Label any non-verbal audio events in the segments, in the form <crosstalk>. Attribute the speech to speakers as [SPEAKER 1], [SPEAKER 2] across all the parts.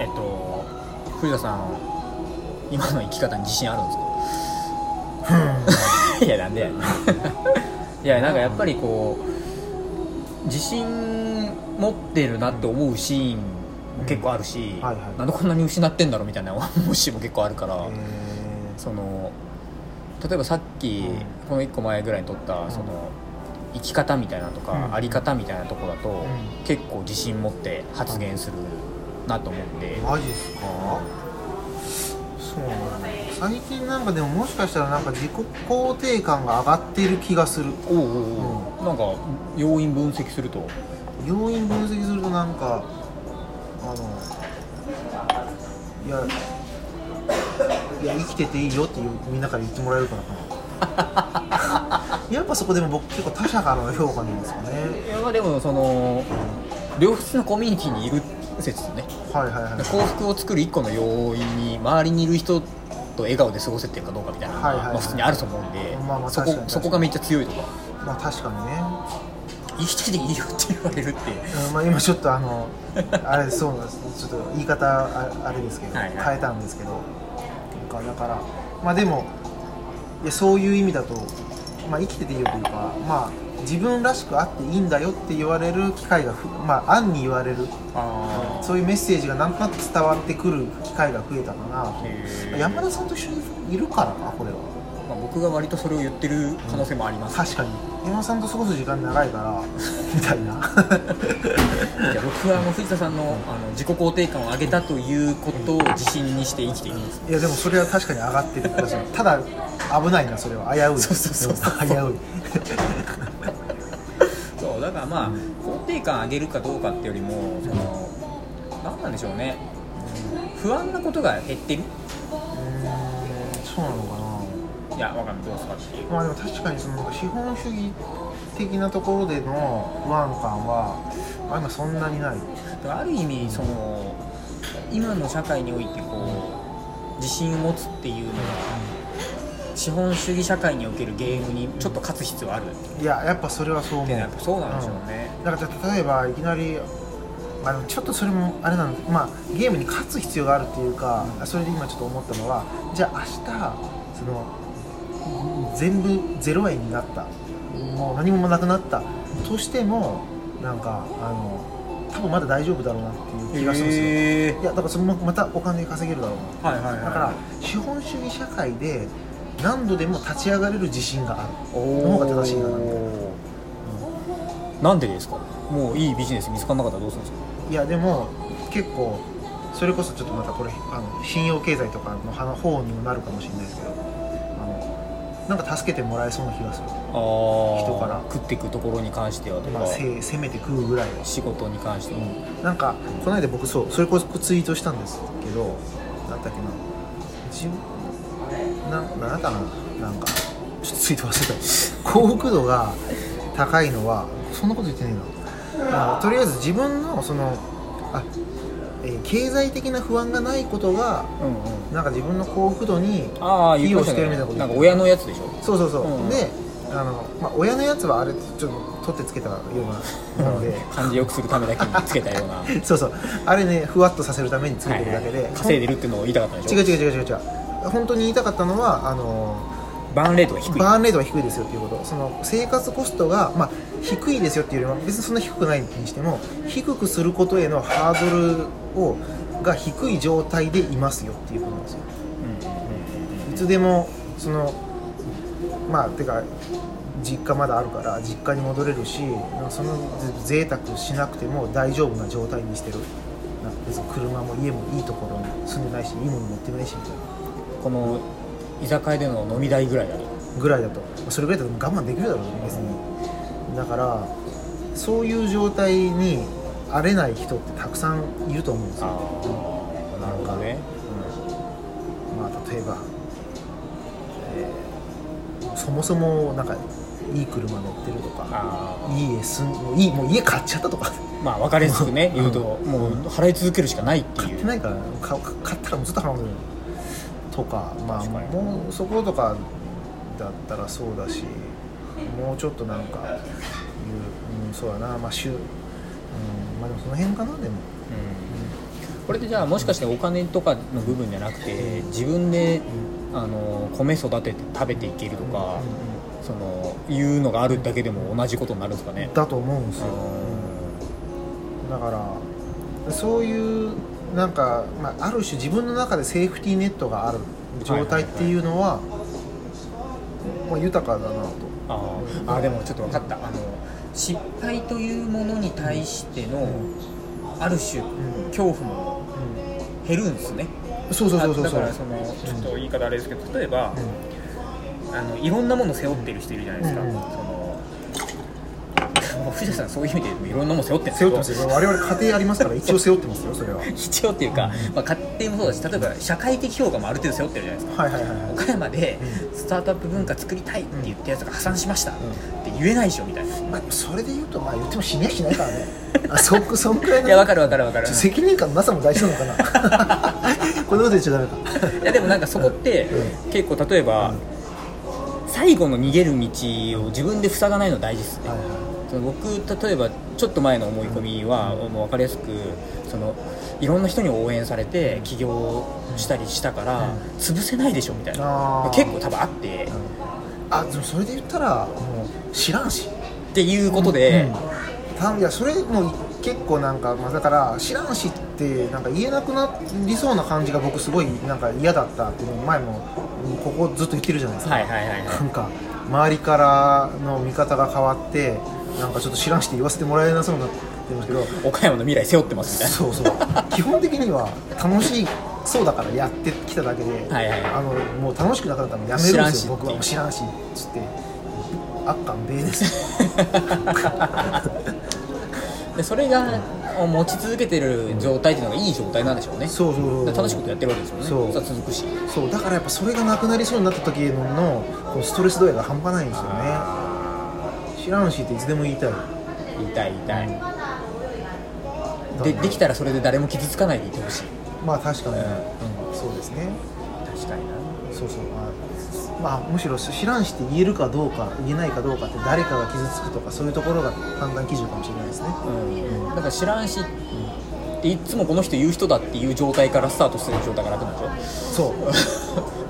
[SPEAKER 1] えっと藤田さん今の生き方に自信あるんですか
[SPEAKER 2] <laughs>
[SPEAKER 1] いやなんでやねん <laughs> いやなんかやっぱりこう自信持ってるなって思うシーンも結構あるし、
[SPEAKER 2] うんはいはい
[SPEAKER 1] なんでこんなに失ってんだろうみたいな <laughs> 思うシーンも結構あるから、
[SPEAKER 2] え
[SPEAKER 1] その例えばさっき、
[SPEAKER 2] うん
[SPEAKER 1] この1個前ぐらいに撮ったその生き方みたいなとか、
[SPEAKER 2] うん
[SPEAKER 1] あり方みたいなとこだと、
[SPEAKER 2] ん
[SPEAKER 1] 結構自信持って発言するなと思って、
[SPEAKER 2] ーマジっすかそうなんだ最近なんかでももしかしたらなんか自己肯定感が上がってる気がする
[SPEAKER 1] おうおうおうなんか要因分析すると
[SPEAKER 2] 要因分析するとなんかあのいやいや生きてていいよっていうみんなから言ってもらえるからかなやっぱそこでも僕結構他者からの評価なんですよね
[SPEAKER 1] いやまあでもその良質なコミュニティにいる説ね
[SPEAKER 2] はいはいはい
[SPEAKER 1] 幸福を作る一個の要因に周りにいる人と笑顔で過ごせてるかどうかみたいなのが、
[SPEAKER 2] はいはいはい
[SPEAKER 1] まあ、普通にあると思うんで、
[SPEAKER 2] まあまあ
[SPEAKER 1] そ
[SPEAKER 2] 確か
[SPEAKER 1] こ
[SPEAKER 2] に
[SPEAKER 1] そこがめっちゃ強いとか
[SPEAKER 2] まあ確かにね
[SPEAKER 1] 生きてていいよって言われるって
[SPEAKER 2] うんまあ、今ちょっとあのあれそうなんですちょっと言い方ああれですけど、
[SPEAKER 1] はいはい
[SPEAKER 2] 変えたんですけどなんかだからまあでもいやそういう意味だと、まあ、生きてていいよというかまあ自分らしくあっていいんだよって言われる機会がふまあ暗に言われる
[SPEAKER 1] あ
[SPEAKER 2] そういうメッセージがなんとなく伝わってくる機会が増えたかな
[SPEAKER 1] 山
[SPEAKER 2] 山田さんと一緒にいるからかこれは
[SPEAKER 1] まあ、僕が割とそれを言ってる可能性もあります、
[SPEAKER 2] 確かに山田さんと過ごす時間長いからみたいな
[SPEAKER 1] じゃあ僕はあの藤田さんのあの自己肯定感を上げたということを自信にして生きています、
[SPEAKER 2] いやでもそれは確かに上がってる私もただ危ないなそれは危うい
[SPEAKER 1] そうそうそうそうん
[SPEAKER 2] 危うい
[SPEAKER 1] そうだからまあ肯定感上げるかどうかってよりもその何なんでしょうね不安なことが減ってる
[SPEAKER 2] <laughs> そうなのか
[SPEAKER 1] いやわかんないどうですかっていう
[SPEAKER 2] なまあでも確かにその資本主義的なところでの不安感はあ今そんなにない
[SPEAKER 1] だからある意味その今の社会においてこう自信を持つっていうのは資本主義社会におけるゲームにちょっと勝つ必要あるって
[SPEAKER 2] いややっぱそれはそう思う
[SPEAKER 1] やっぱそうなんでしょうね、
[SPEAKER 2] だから例えばいきなり、まあ、でもちょっとそれもあれなんまあ、ゲームに勝つ必要があるっていうか、それで今ちょっと思ったのはじゃあ明日その全部0円になったもう何もなくなったとしてもなんかあの多分まだ大丈夫だろうなっていう気がするんですよ、
[SPEAKER 1] へ
[SPEAKER 2] いやだからそのまたお金稼げるだろうな
[SPEAKER 1] ーはいはいはい
[SPEAKER 2] だから資本主義社会で何度でも立ち上がれる自信がある
[SPEAKER 1] お
[SPEAKER 2] の方が正しいかなみたいな
[SPEAKER 1] なんでですかもういいビジネス見つからなかったらどうするんですか
[SPEAKER 2] いやでも結構それこそちょっとまたこれあの信用経済とかの話方にもなるかもしれないですけどあのなんか助けてもらえそうな気がする、
[SPEAKER 1] 人
[SPEAKER 2] から
[SPEAKER 1] 食っていくところに関してはとか、
[SPEAKER 2] まあ、せせめて食うぐらいは、
[SPEAKER 1] 仕事に関しては、
[SPEAKER 2] なんかこの間僕そうそれこそツイートしたんですけどなんだっけな自分ななんだったかななんかちょっとツイート忘れた <laughs> 幸福度が高いのはそんなこと言ってねえなあとりあえず自分のそのあ、えー経済的な不安がないことが
[SPEAKER 1] うんうん
[SPEAKER 2] なんか自分の幸福度に
[SPEAKER 1] ああ言ってました
[SPEAKER 2] 費
[SPEAKER 1] ね
[SPEAKER 2] 用してるみたいなこと
[SPEAKER 1] なんか親のやつでしょ
[SPEAKER 2] そうそうそう、
[SPEAKER 1] うん
[SPEAKER 2] であの、まあ、親のやつはあれちょっと取ってつけたようなもので
[SPEAKER 1] 感じよくするためだけにつけた
[SPEAKER 2] <laughs>
[SPEAKER 1] ような
[SPEAKER 2] そうそうあれねふわっとさせるためにつけてるだけで、
[SPEAKER 1] はいはい稼いでるっていうのを言いたかったでし
[SPEAKER 2] 違
[SPEAKER 1] ょ
[SPEAKER 2] う違う違う違う違う本当に言いたかったのはあの
[SPEAKER 1] バーンレートが低い
[SPEAKER 2] バーンレートは低いですよっていうことその生活コストが、まあ、低いですよっていうよりは別にそんな低くないにしても低くすることへのハードルをが低い状態でいますよっていうことなんですよいつでもそのまあてか実家まだあるから実家に戻れるしなんかそのぜ贅沢しなくても大丈夫な状態にしてるなんか別に車も家もいいところに住んでないしいいもの持ってないしみたいな
[SPEAKER 1] この居酒屋での飲み代ぐらいだと
[SPEAKER 2] ぐらいだとそれぐらいだと我慢できるだろうね別にだからそういう状態に荒れない人ってたくさんいると思うんですよ、
[SPEAKER 1] あなるほどね
[SPEAKER 2] うんまあ例えば、えーそもそもなんかいい車乗ってるとか
[SPEAKER 1] あ
[SPEAKER 2] いい家住んもういいもう家買っちゃったとか
[SPEAKER 1] ーまあ分かりやすくね
[SPEAKER 2] うん
[SPEAKER 1] 言うともう払い続けるしかないって
[SPEAKER 2] 買っ
[SPEAKER 1] い
[SPEAKER 2] て
[SPEAKER 1] う
[SPEAKER 2] ないからか買ったらもうずっと払うんだよとかまあ
[SPEAKER 1] 確かに
[SPEAKER 2] もうそことかだったらそうだしもうちょっとなんかいう、うん、そうだなまあ週、うん、まあでもその辺かなで
[SPEAKER 1] う
[SPEAKER 2] も、
[SPEAKER 1] んこれってじゃあもしかしてお金とかの部分じゃなくて自分であの米育てて食べていけるとか、そのいうのがあるだけでも同じことになるんですかね
[SPEAKER 2] だと思うんですよ、だからそういうなんか、まあ、ある種自分の中でセーフティーネットがある状態っていうのは,、まあ、豊かだなと
[SPEAKER 1] あーあーでもちょっと分かったあの失敗というものに対してのある種
[SPEAKER 2] ん
[SPEAKER 1] 恐怖も減るんですね
[SPEAKER 2] そうそうそう
[SPEAKER 1] あ
[SPEAKER 2] そう
[SPEAKER 1] だ
[SPEAKER 2] そ
[SPEAKER 1] か
[SPEAKER 2] う
[SPEAKER 1] らそのちょっと言い方あれですけど例えば、
[SPEAKER 2] うん
[SPEAKER 1] あのいろんなものを背負ってる人いるじゃないですか、
[SPEAKER 2] うんうん
[SPEAKER 1] その <laughs> 藤田さんそういう意味でいろんなもの背負ってるんですけ
[SPEAKER 2] 背
[SPEAKER 1] ど
[SPEAKER 2] 負ってますよ我々家庭ありますから <laughs> 一応背負ってますよそれははい
[SPEAKER 1] 必要っていうか、まあ、家庭もそうだし例えば社会的評価もある程度背負ってるじゃないですか
[SPEAKER 2] はいはいは
[SPEAKER 1] 岡山で
[SPEAKER 2] う
[SPEAKER 1] スタートアップ文化作りたいって言ったやつが破産しましたっ
[SPEAKER 2] ん
[SPEAKER 1] て言えないでしょみたいな、
[SPEAKER 2] い、まあ、それで言うとまあ言っても死にゃしないから <laughs> ねあそそんくらいの
[SPEAKER 1] いやわかるわかるわかる
[SPEAKER 2] ちょ責任感のなさも大事なの <laughs> かなこんなこと言っちゃダメか
[SPEAKER 1] いやでもなんかそこって
[SPEAKER 2] う
[SPEAKER 1] 結構例えば
[SPEAKER 2] うん
[SPEAKER 1] 最後の逃げる道を自分で塞がないの大事ですね、
[SPEAKER 2] はいはい
[SPEAKER 1] その僕例えばちょっと前の思い込みはもう分かりやすくそのいろんな人に応援されて起業したりしたから潰せないでしょみたい
[SPEAKER 2] あ
[SPEAKER 1] な
[SPEAKER 2] ー
[SPEAKER 1] 結構多分あって
[SPEAKER 2] あでもそれで言ったらもう知らんし
[SPEAKER 1] っていうことで
[SPEAKER 2] たいやそれもう結構なんか、まあ、だから知らんしってなんか言えなくなりそうな感じが僕すごいなんか嫌だったっていうのを前もここずっと言ってるじゃないですか、
[SPEAKER 1] はいはいはい
[SPEAKER 2] なんか周りからの見方が変わってなんかちょっと知らんして言わせてもらえなそうになってますけど
[SPEAKER 1] 岡山の未来背負ってますみたいな
[SPEAKER 2] そうそう基本的には楽しいそうだからやってきただけで、
[SPEAKER 1] はいはいはい
[SPEAKER 2] あのもう楽しくなかったらやめるん
[SPEAKER 1] 知らん
[SPEAKER 2] で
[SPEAKER 1] し
[SPEAKER 2] すよ僕
[SPEAKER 1] っ
[SPEAKER 2] は
[SPEAKER 1] ていう
[SPEAKER 2] 知らんしっつってあっかんべーです
[SPEAKER 1] <laughs> でそれが持ち続けてる状態っていうのがいい状態なんでしょうね
[SPEAKER 2] そうそうそう
[SPEAKER 1] で楽しいことやってるわけですよね
[SPEAKER 2] そう
[SPEAKER 1] それは続くし
[SPEAKER 2] そうだからやっぱそれがなくなりそうになった時ののこのストレス度合いが半端ないんですよね知らんしっていつでも言いたい
[SPEAKER 1] 痛い痛い、で
[SPEAKER 2] だから
[SPEAKER 1] できたらそれで誰も傷つかないでいてほしい
[SPEAKER 2] まあ確かに、
[SPEAKER 1] うん
[SPEAKER 2] そうですね
[SPEAKER 1] 確かにな
[SPEAKER 2] そうそうまあ、まあ、むしろ知らんして言えるかどうか言えないかどうかって誰かが傷つくとかそういうところが判断基準かもしれないですね
[SPEAKER 1] うん、だから知らんしっていつもこの人言う人だっていう状態からスタートしてる状態が楽なんでしょ
[SPEAKER 2] そ
[SPEAKER 1] <laughs>
[SPEAKER 2] う
[SPEAKER 1] だか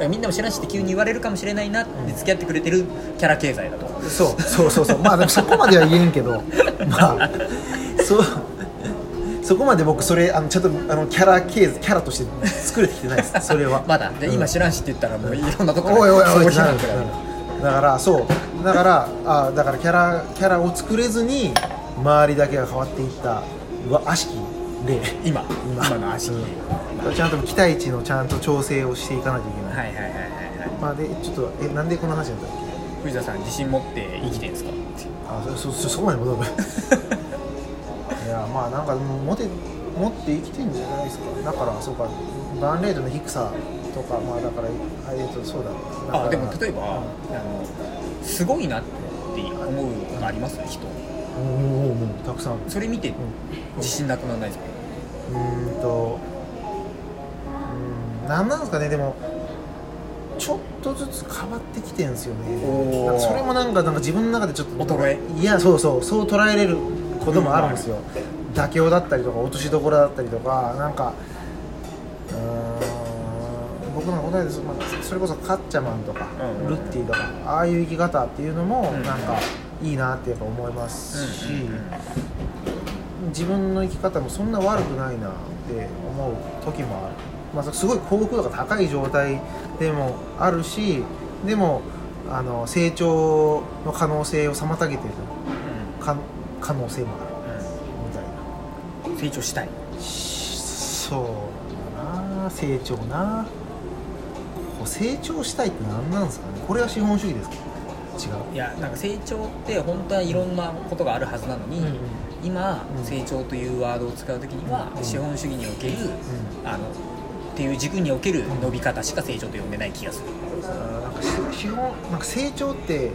[SPEAKER 1] らみんなも知らんしって急に言われるかもしれないなって付き合ってくれてるキャラ経済だと
[SPEAKER 2] そうそうそうそうまあでもそこまでは言えんけどまあそうそこまで僕それあのちょっとあのキャラケースキャラとして作れてきてないですそれは
[SPEAKER 1] まだで
[SPEAKER 2] うん
[SPEAKER 1] 今知らんしって言ったらもういろんなところ
[SPEAKER 2] おいおいおい
[SPEAKER 1] そう
[SPEAKER 2] ってなる
[SPEAKER 1] 批判食らう
[SPEAKER 2] だからそうだからあだからキャラキャラを作れずに周りだけが変わっていったうわ悪しき例
[SPEAKER 1] 今今の足切り
[SPEAKER 2] うんちゃんと期待値のちゃんと調整をしていかなきゃいけな
[SPEAKER 1] は
[SPEAKER 2] い、
[SPEAKER 1] いはいはいはいはい
[SPEAKER 2] まあでちょっとえなんでこの話なんだっけ
[SPEAKER 1] 藤田さん自信持って生きてるんですか
[SPEAKER 2] あそそそそこまで戻る <laughs> いやまあなんかもうモテ持って生きてんじゃないですかだからそうかバーンレートの低さとかまあだからあえっとそうだだから
[SPEAKER 1] あでも例えばあのすごいなって思うことあります人
[SPEAKER 2] おーおーおーたくさんある
[SPEAKER 1] それ見て
[SPEAKER 2] うん
[SPEAKER 1] 自信なくならないですか
[SPEAKER 2] うーんとうーんなんなんですかねでもちょっとずつ変わってきてんですよ
[SPEAKER 1] おー
[SPEAKER 2] ねなんかそれもなんかなんか自分の中でちょっと
[SPEAKER 1] 衰
[SPEAKER 2] いやそうそうそう捉えれることもあるんですよ、妥協だったりとか落としどころだったりとかなんかうーん僕の答えです、まあ、それこそカッチャマンとか、
[SPEAKER 1] うん
[SPEAKER 2] ルッティとかああいう生き方っていうのも
[SPEAKER 1] うん
[SPEAKER 2] なんかいいなってやっぱ思いますし、
[SPEAKER 1] うんうんうん
[SPEAKER 2] 自分の生き方もそんな悪くないなって思う時もある、まあ、すごい幸福度が高い状態でもあるしでもあの成長の可能性を妨げてるか可能性もあるみたいな
[SPEAKER 1] うん成長したい
[SPEAKER 2] しそうだな成長なこう成長したいって何なんですかねこれは資本主義ですか違う
[SPEAKER 1] いやなんか成長って本当はいろんなことがあるはずなのに、
[SPEAKER 2] うんうん
[SPEAKER 1] 今、
[SPEAKER 2] うん
[SPEAKER 1] 成長というワードを使う時には、
[SPEAKER 2] うん
[SPEAKER 1] 資本主義における、あのっていう軸における伸び方しか成長と呼んでない気がする、
[SPEAKER 2] なんか資本なんか成長って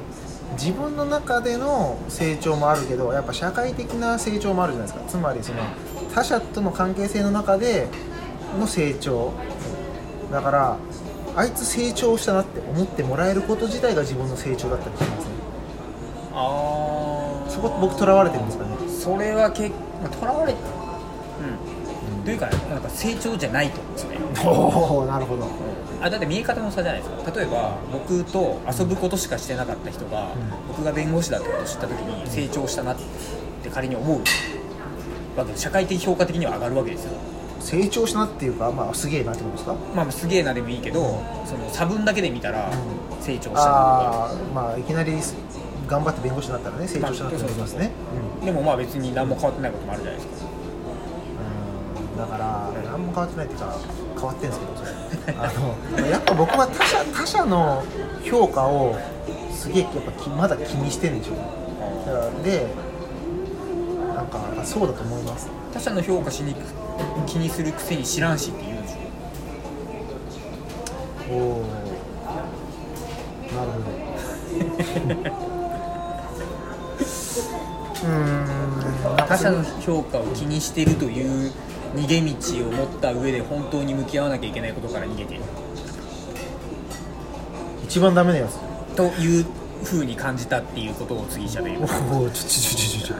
[SPEAKER 2] 自分の中での成長もあるけどやっぱ社会的な成長もあるじゃないですかつまりその他者との関係性の中での成長だからあいつ成長したなって思ってもらえること自体が自分の成長だったりしますね
[SPEAKER 1] ああ
[SPEAKER 2] そこ僕とらわれてるんですかね
[SPEAKER 1] それは結構とらわれうんというかなんか成長じゃないと思うんですよね
[SPEAKER 2] おおなるほど
[SPEAKER 1] あだって見え方の差じゃないですか例えば僕と遊ぶことしかしてなかった人が、
[SPEAKER 2] ん
[SPEAKER 1] 僕が弁護士だってことを知った時に成長したなって仮に思うわけで社会的評価的には上がるわけですよ
[SPEAKER 2] 成長したなっていうかまあすげえなってことですか
[SPEAKER 1] まあすげえなでもいいけど、その差分だけで見たら
[SPEAKER 2] うん
[SPEAKER 1] 成長したなとか、
[SPEAKER 2] ああまあいきなり頑張って弁護士になったらね成長したなって思いますね、
[SPEAKER 1] でもまあ別に何も変わってないこともあるじゃないですか
[SPEAKER 2] うんだから何も変わってないっていうか変わってんですけど <laughs> それあのやっぱ僕は他者他者の評価をすげえやっぱきまだ気にしてるんでしょうねだからでなんかやっぱそうだと思います
[SPEAKER 1] 他者の評価しにく気にするくせに知らんしって言うんですよ
[SPEAKER 2] おおなるほど <laughs> うーん
[SPEAKER 1] 他者の評価を気にしてるという逃げ道を持った上で本当に向き合わなきゃいけないことから逃げている
[SPEAKER 2] 一番ダメなやつ
[SPEAKER 1] という風に感じたっていうことを次喋ります
[SPEAKER 2] おおちょちょちょちょちょ